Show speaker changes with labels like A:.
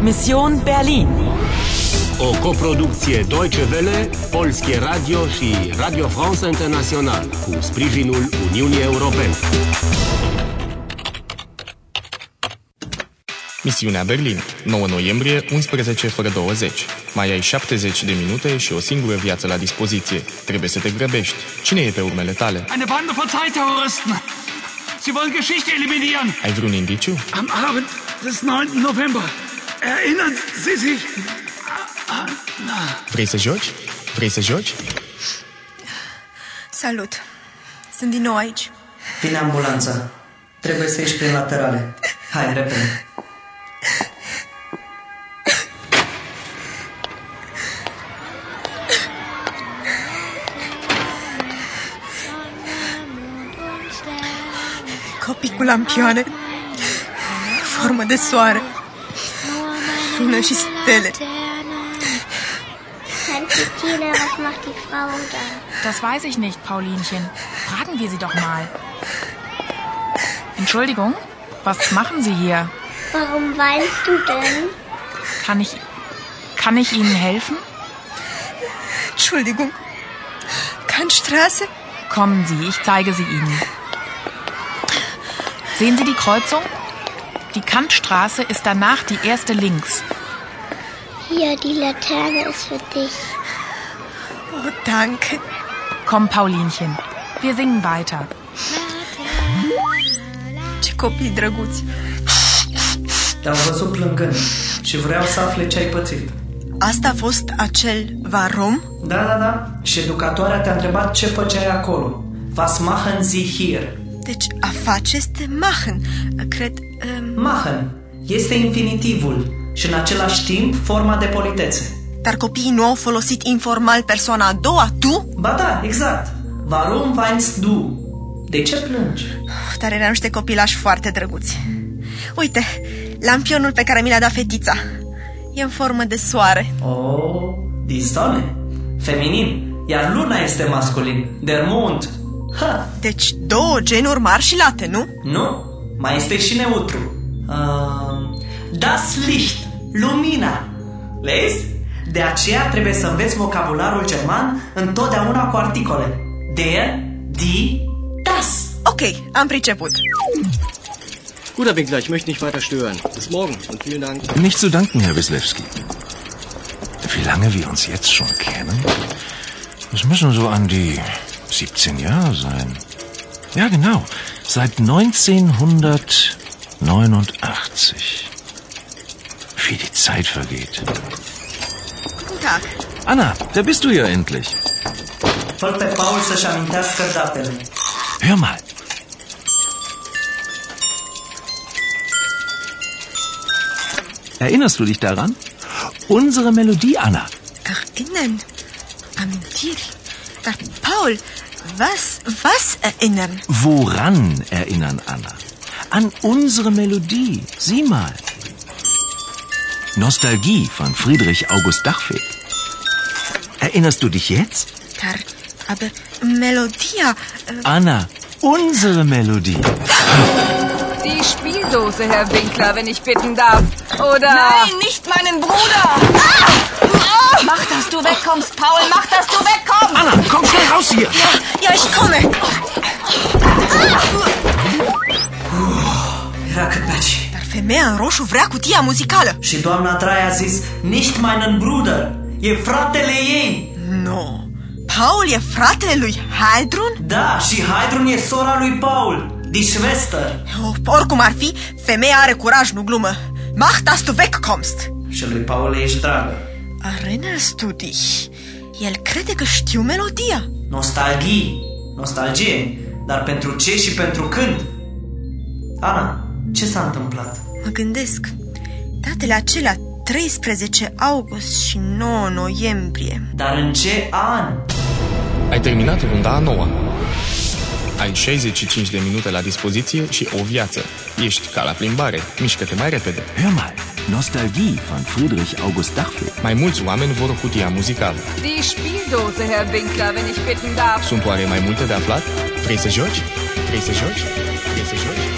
A: Mission Berlin.
B: O coproducție Deutsche Welle, Polskie Radio și Radio France International cu sprijinul Uniunii Europene.
C: Misiunea Berlin, 9 noiembrie, 11 fără 20. Mai ai 70 de minute și o singură viață la dispoziție. Trebuie să te grăbești. Cine e pe urmele tale?
D: Eine Bande von Zeitterroristen. Sie wollen Geschichte eliminieren.
C: Ai vreun indiciu?
D: Am Abend des 9. November. Erinnern Sie sich
C: Vrei să joci? Vrei să joci?
E: Salut! Sunt din nou aici.
F: Vine ambulanța. Trebuie să ieși prin laterale. Hai, repede.
E: Copii cu lampioane, formă de soare, lună și stele.
G: Tantine, was macht die Frau da?
H: Das weiß ich nicht, Paulinchen. Fragen wir sie doch mal. Entschuldigung, was machen Sie hier?
G: Warum weinst du denn?
H: Kann ich, kann ich Ihnen helfen?
E: Entschuldigung, kein Straße?
H: Kommen Sie, ich zeige sie Ihnen. Sehen Sie die Kreuzung? Die Kantstraße ist danach die erste links.
G: Hier, die Laterne ist für dich.
E: Oh, danke.
H: Komm, Paulinchen, wir singen weiter.
E: Ce copii drăguți!
F: Te-am văzut plângând și vreau să afle ce ai pățit.
E: Asta a fost acel varom?
F: Da, da, da. Și educatoarea te-a întrebat ce făceai acolo. Was machen Sie hier?
E: Deci a face este machen. Cred... Um,
F: Machen este infinitivul și în același timp forma de politețe.
E: dar copiii nu au folosit informal persoana a doua, tu?
F: Ba da, exact. Warum weinst du? De ce plângi?
E: Dar erau niște copilași foarte drăguți. Uite, lampionul pe care mi l-a dat fetița. E în formă de soare.
F: Oh, din stone. Feminin. Iar luna este masculin. Der Mond. Ha,
E: Deci două genuri mari și late, nu?
F: nu? Mai este și neutru. Uh, das Licht. Lumina. Vezi? De aceea trebuie să înveți vocabularul german întotdeauna cu articole. Der, die, das.
E: Ok, am priceput.
I: Guter Winkler, ich möchte nicht weiter stören. Bis morgen und vielen Dank.
J: Nicht zu danken, Herr Wislewski. Wie lange wir uns jetzt schon kennen? Es müssen so an die 17 Jahre sein. Ja, genau. Seit 1989. Wie die Zeit vergeht.
E: Guten Tag.
J: Anna, da bist du ja endlich.
F: Fă pe Paul să-și amintească datele.
J: Hör mal. Erinnerst du dich daran? Unsere Melodie, Anna.
E: Erinnern. Amintiri. Dar, Paul, eh, was, was erinnern?
J: Woran erinnern, Anna? An unsere Melodie. Sieh mal. Nostalgie von Friedrich August Dachfeld. Erinnerst du dich jetzt?
E: Dar, aber Melodia... äh,
J: Anna, unsere Melodie.
K: Die Spielsoße, Herr Winkler, wenn ich bitten darf. Oder. Nein, nicht meinen Bruder! Mach, dass du wegkommst, Paul, mach, dass du wegkommst!
I: Anna, komm schnell raus hier!
E: Ja, ich komme.
F: Era cât pe aici.
E: Dar femeia în roșu vrea cutia muzicală.
F: Și doamna Trai a zis, nicht meinen Bruder, e fratele ei.
E: Nu. No. Paul e fratele lui Haldrun?
F: Da, și Haidrun e sora lui Paul, die Schwester.
E: Oh, oricum ar fi, femeia are curaj, nu glumă. Mach, dass du wegkommst.
F: Și lui Paul ești dragă.
E: Erinnerst du dich? El crede că știu melodia.
F: Nostalghii, nostalgie, dar pentru ce și pentru când? Ana, ce s-a întâmplat?
E: Mă gândesc. Datele acelea, 13 august și 9 noiembrie.
F: Dar în ce an?
C: Ai terminat runda a noua. Ai 65 de minute la dispoziție și o viață. Ești ca la plimbare. Mișcă-te mai repede.
J: Hör mal. Nostalgie von Friedrich August Dachfeld.
C: Mai mulți oameni vor o cutia muzicală.
K: Die Spielsoße, Herr Winkler, wenn ich bitten darf.
C: Sunt oare mai multe de aflat? Vrei să joci? Vrei să joci? Vrei să joci?